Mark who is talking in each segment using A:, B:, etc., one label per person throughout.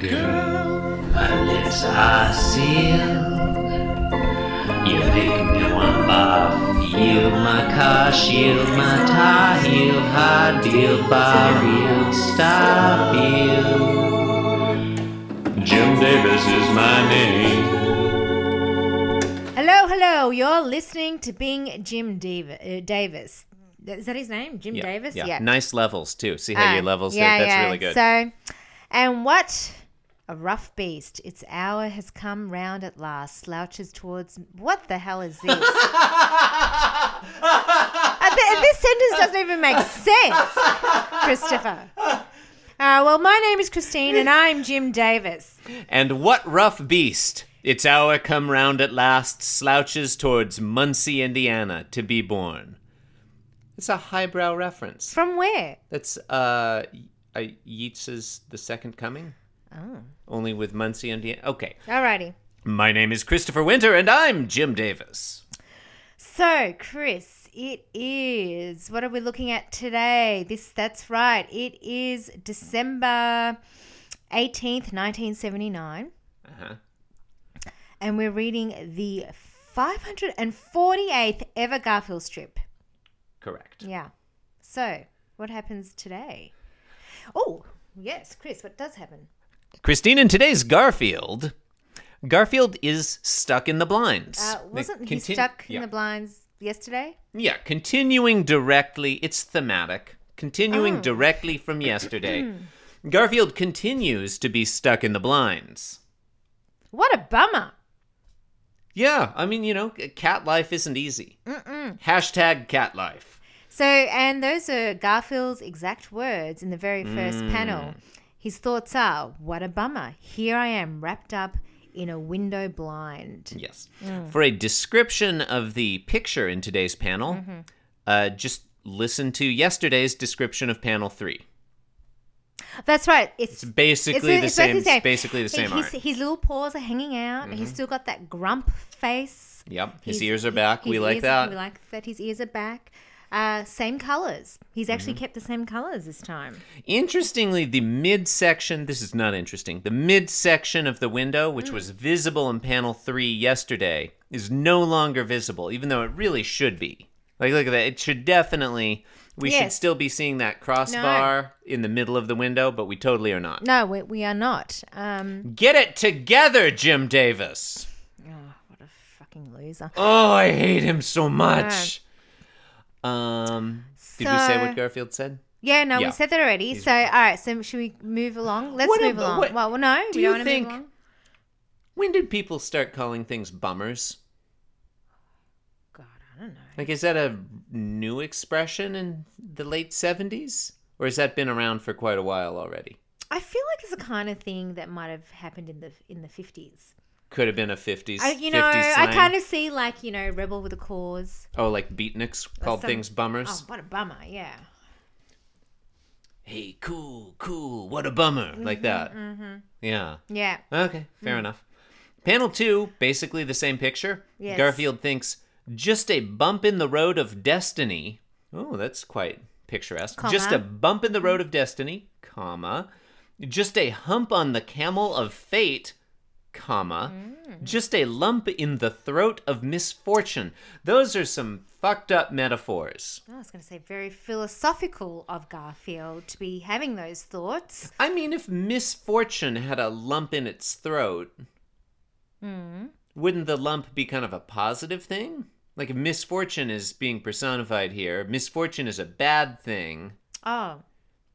A: Girl, my lips are sealed. You make me want to Yield my car, shield my tie, heel, high deal, bar heel, stop heel. Jim Davis is my name.
B: Hello, hello. You're listening to Bing Jim Davis. Uh, Davis. Is that his name? Jim
C: Yeah,
B: Davis?
C: Yeah. Nice levels too. See how your
B: Uh,
C: levels
B: yeah,
C: there? That's
B: yeah.
C: really good.
B: So, and what a rough beast. Its hour has come round at last. Slouches towards. What the hell is this? Uh, th- this sentence doesn't even make sense, Christopher. Uh, well, my name is Christine and I'm Jim Davis.
C: and what rough beast! Its hour come round at last slouches towards Muncie, Indiana, to be born. It's a highbrow reference.
B: From where?
C: That's uh, Ye- uh Yeats's The Second Coming. Oh. Only with Muncie, Indiana. Okay.
B: Alrighty.
C: My name is Christopher Winter, and I'm Jim Davis.
B: So, Chris, it is. What are we looking at today? This that's right. It is December 18th, 1979,
C: Uh-huh.
B: and we're reading the 548th ever Garfield strip.
C: Correct.
B: Yeah. So, what happens today? Oh, yes, Chris, what does happen?
C: Christine, in today's Garfield, Garfield is stuck in the blinds.
B: Uh,
C: They
B: wasn't he
C: contin-
B: stuck
C: yeah.
B: in the blinds yesterday?
C: Yeah, continuing directly, it's thematic.
B: Oh.
C: Continuing directly from yesterday, Garfield continues to be stuck in the blinds.
B: What a bummer.
C: Yeah, I mean, you know, cat life isn't easy. Mm-mm. Hashtag cat life.
B: So, and those are Garfield's exact words in the very first
C: Mm.
B: panel. His thoughts are, what a bummer. Here I am wrapped up in a window blind.
C: Yes.
B: Mm.
C: For a description of the picture in today's panel,
B: Mm-hmm.
C: uh, just listen to yesterday's description of panel three.
B: That's right. It's,
C: It's basically the
B: it's
C: same. Basically the
B: He-
C: same
B: his,
C: art.
B: His little paws are hanging out. He's still got that grump face.
C: Yep. His
B: He's-
C: ears are
B: he-
C: back. We
B: his
C: like
B: ears-
C: that.
B: We like that his ears are back. Uh, same colors. He's
C: Mm-hmm.
B: actually kept the same colors this time.
C: Interestingly, the midsection, this is not interesting, the midsection of the window, which
B: Hmm.
C: was visible in panel three yesterday, is no longer visible, even though it really should be. Like, look at that. It should definitely, we should
B: Yes.
C: still be seeing that crossbar in the middle of the window, but we totally are not.
B: No, we, we are not. Um,
C: Get it together, Jim Davis.
B: oh, what a fucking loser.
C: Oh, I hate him so much. Um, did we say
B: So-
C: what Garfield said?
B: Yeah, no,
C: Yeah.
B: we said that already. So, all right, so should we move along? Let's
C: What
B: move
C: ab-
B: along.
C: what-
B: well, no,
C: do
B: we
C: you
B: don't want to
C: think-
B: move along.
C: When did people start calling things bummers?
B: God, I don't know.
C: Like, is that a new expression in the late 70s? Or has that been around for quite a while already?
B: I feel like it's the kind of thing that might have happened in the in the fifties.
C: Could have been a 50s.
B: I, you know,
C: 50s
B: I
C: slang.
B: kind of see like you know, rebel with a cause.
C: Oh, like beatniks called
B: some-
C: things bummers?
B: Oh, what a bummer! Yeah,
C: Hey, cool, cool, what a bummer. like that. Mm-hmm. Yeah.
B: yeah.
C: Okay,
B: Hmm.
C: fair enough. Panel two, basically the same picture.
B: Yes.
C: Garfield thinks just a bump in the road of destiny. Oh, that's quite picturesque. Just
B: Comma.
C: a bump in the road of destiny, comma. Just a hump on the camel of fate, comma.
B: Hmm.
C: Just a lump in the throat of misfortune. Those are some fucked up metaphors.
B: I was going to say very philosophical of Garfield to be having those thoughts.
C: I mean, if misfortune had a lump in its throat,
B: Hmm.
C: wouldn't the lump be kind of a positive thing? Like, if misfortune is being personified here, misfortune is a bad thing,
B: Oh,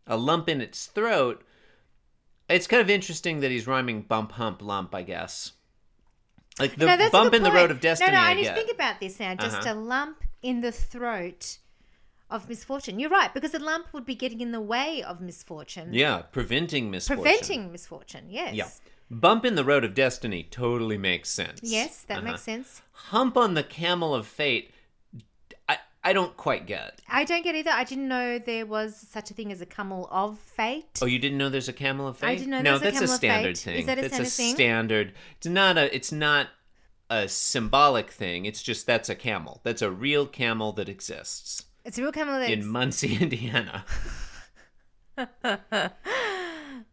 C: a lump in its throat. It's kind of interesting that he's rhyming bump, hump, lump, I guess. Like the
B: no, that's a
C: bump
B: good
C: in the road
B: point.
C: of destiny.
B: No, no, I,
C: I,
B: need to
C: get.
B: think about this now. Just
C: Uh-huh.
B: a lump in the throat of misfortune. You're right, because a lump would be getting in the way of misfortune,
C: yeah, preventing misfortune.
B: preventing misfortune. Yes.
C: Yeah. Bump in the road of destiny totally makes sense.
B: Yes, that
C: Uh-huh.
B: makes sense.
C: Hump on the camel of fate. I, I don't quite get.
B: I don't get either. I didn't know there was such a thing as a camel of fate.
C: Oh, you didn't know there's a camel of fate?
B: I didn't know
C: no,
B: there's a
C: that's
B: camel of
C: standard
B: fate.
C: thing.
B: Is that a standard
C: that's
B: thing?
C: standard. It's not a. It's not a symbolic thing. It's just that's a camel. That's a real camel that exists
B: It's a real camel that
C: in Muncie, Indiana.
B: Hmm.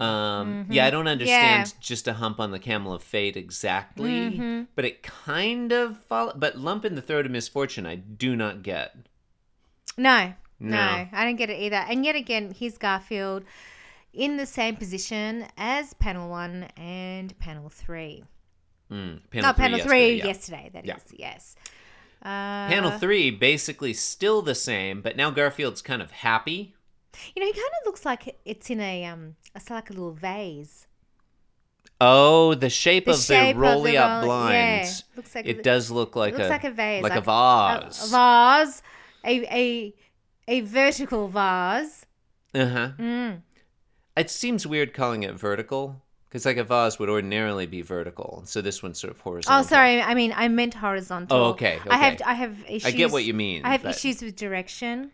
C: Um,
B: Mm-hmm.
C: Yeah, I don't understand just a hump on the camel of fate exactly,
B: Mm-hmm.
C: but it kind of follow. But lump in the throat of misfortune, I do not get.
B: No, no,
C: No.
B: I don't get it either. And yet again, here's Garfield in the same position as panel one and panel three.
C: Mm,
B: no, Oh, panel three
C: yesterday, yeah.
B: yesterday, That is
C: Yeah.
B: yes. Uh,
C: Panel three basically still the same, but now Garfield's kind of happy.
B: You know, he kind of looks like it's in a um, it's like a little vase.
C: Oh, the shape
B: The
C: of
B: shape of
C: the
B: the
C: rolly up
B: roll-
C: blinds.
B: yeah, looks like
C: it
B: a-
C: does look like
B: looks
C: a
B: like a vase,
C: like,
B: like
C: a
B: a- A,
C: vase.
B: a vase, a a a vertical vase.
C: uh huh.
B: Mm.
C: It seems weird calling it vertical because like a vase would ordinarily be vertical, so this one's sort of
B: Oh,
C: horizontal.
B: sorry. I mean, I meant horizontal.
C: Oh, okay,
B: I have
C: okay.
B: I have issues.
C: I get what you mean.
B: I have
C: but-
B: issues with direction.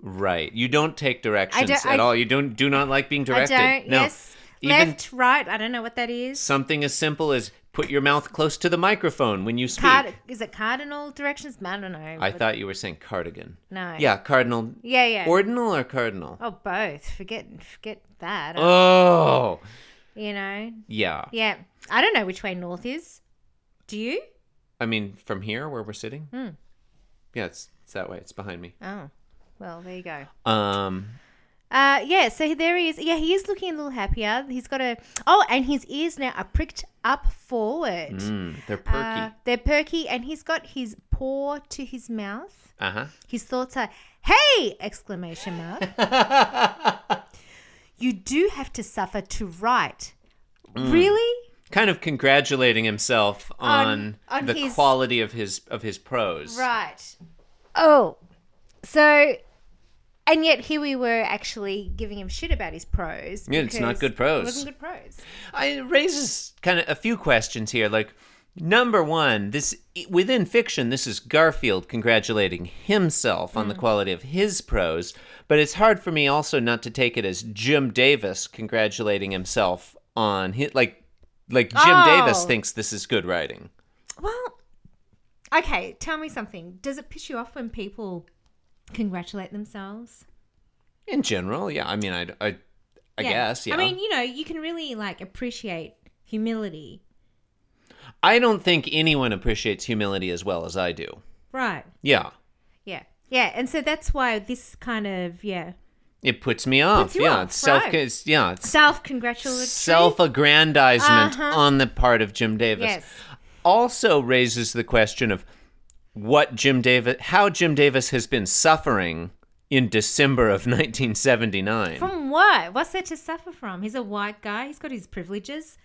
C: Right. You don't take directions
B: don't-
C: at
B: I-
C: all. You don't do not like being directed.
B: I don't.
C: no.
B: Yes.
C: Even-
B: Left, right. I don't know what that is.
C: Something as simple as put your mouth close to the microphone when you speak.
B: Card- is it cardinal directions? I don't know.
C: I
B: but-
C: thought you were saying cardigan.
B: No.
C: Yeah, cardinal.
B: Yeah. Yeah.
C: Ordinal or cardinal?
B: oh, both. Forget. Forget that.
C: Oh.
B: You know.
C: Yeah.
B: Yeah. I don't know which way north is. Do you?
C: I mean, from here where we're sitting?
B: Hmm.
C: Yeah, it's, it's that way. It's behind me.
B: Oh. Well, there you go.
C: Um,
B: Uh, yeah, so there he is. Yeah, he is looking a little happier. He's got a oh, and his ears now are pricked up forward.
C: mm, they're
B: Uh,
C: perky.
B: they're perky, and he's got his paw to his mouth.
C: Uh
B: His thoughts are, "Hey!" exclamation mark.
C: huh.
B: You do have to suffer to write.
C: Mm.
B: Really?
C: kind of congratulating himself on,
B: on
C: the
B: his-
C: quality of his of his prose.
B: Right. Oh, so, and yet here we were actually giving him shit about his prose.
C: Yeah, it's not
B: because
C: good prose.
B: It wasn't good prose.
C: I, it raises kind of a few questions here. Like, number one, this within fiction, this is Garfield congratulating himself
B: Mm.
C: on the quality of his prose, but it's hard for me also not to take it as Jim Davis congratulating himself on his like, like Jim Davis
B: Oh.
C: thinks this is good writing.
B: Well, okay, tell me something. Does it piss you off when people congratulate themselves?
C: In general, yeah. I mean, I, I, I guess, yeah.
B: I mean, you know, you can really like appreciate humility.
C: I don't think anyone appreciates humility as well as I do.
B: Right.
C: Yeah,
B: Yeah. Yeah, and so that's why this kind of, yeah,
C: it puts me off.
B: you
C: yeah,
B: off,
C: it's self.
B: right.
C: It's, yeah, it's
B: self-congratulatory.
C: self-aggrandizement
B: Uh-huh.
C: on the part of Jim Davis.
B: Yes.
C: Also raises the question of what Jim Davis, how Jim Davis has been suffering in December of 1979.
B: From what? What's there to suffer from? He's a white guy. He's got his privileges.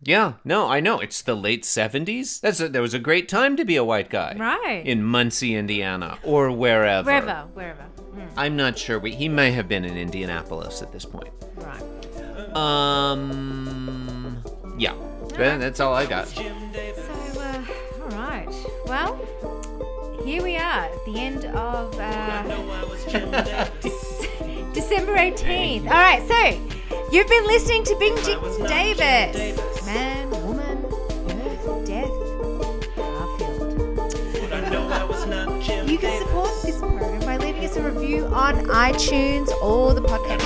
C: yeah, no, I know it's the late 70s. That's a, there was a great time to be a white guy,
B: Right.
C: In Muncie, Indiana, or wherever.
B: Wherever, wherever. Mm,
C: I'm not sure. We, he may have been in Indianapolis at this point.
B: right.
C: Um, yeah, That- that's all I got.
B: So, uh, all right. Well, here we are at the end of uh, Dec- December 18th. All right, so you've been listening to Bing Jim Davis. Man, woman, birth, death, Garfield. You can support this program by leaving us a review on iTunes or the podcast.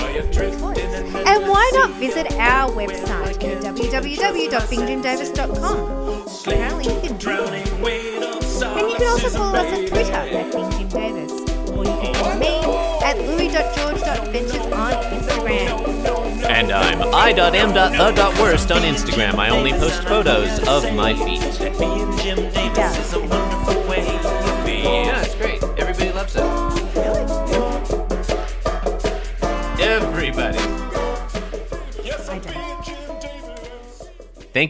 B: And why not visit our website, www.bingjimdavis.com? Apparently you can do it. And you can also follow us on Twitter at Bing Jim Davis. Or you can follow me at louis.george.ventures on Instagram.
C: And I'm i.m.the.worst on Instagram. I only post photos of my feet.
D: Being Jim Davis is a wonderful way to be.
C: Yeah, it's great. Everybody loves it. Everybody.
B: I don't.
C: Thank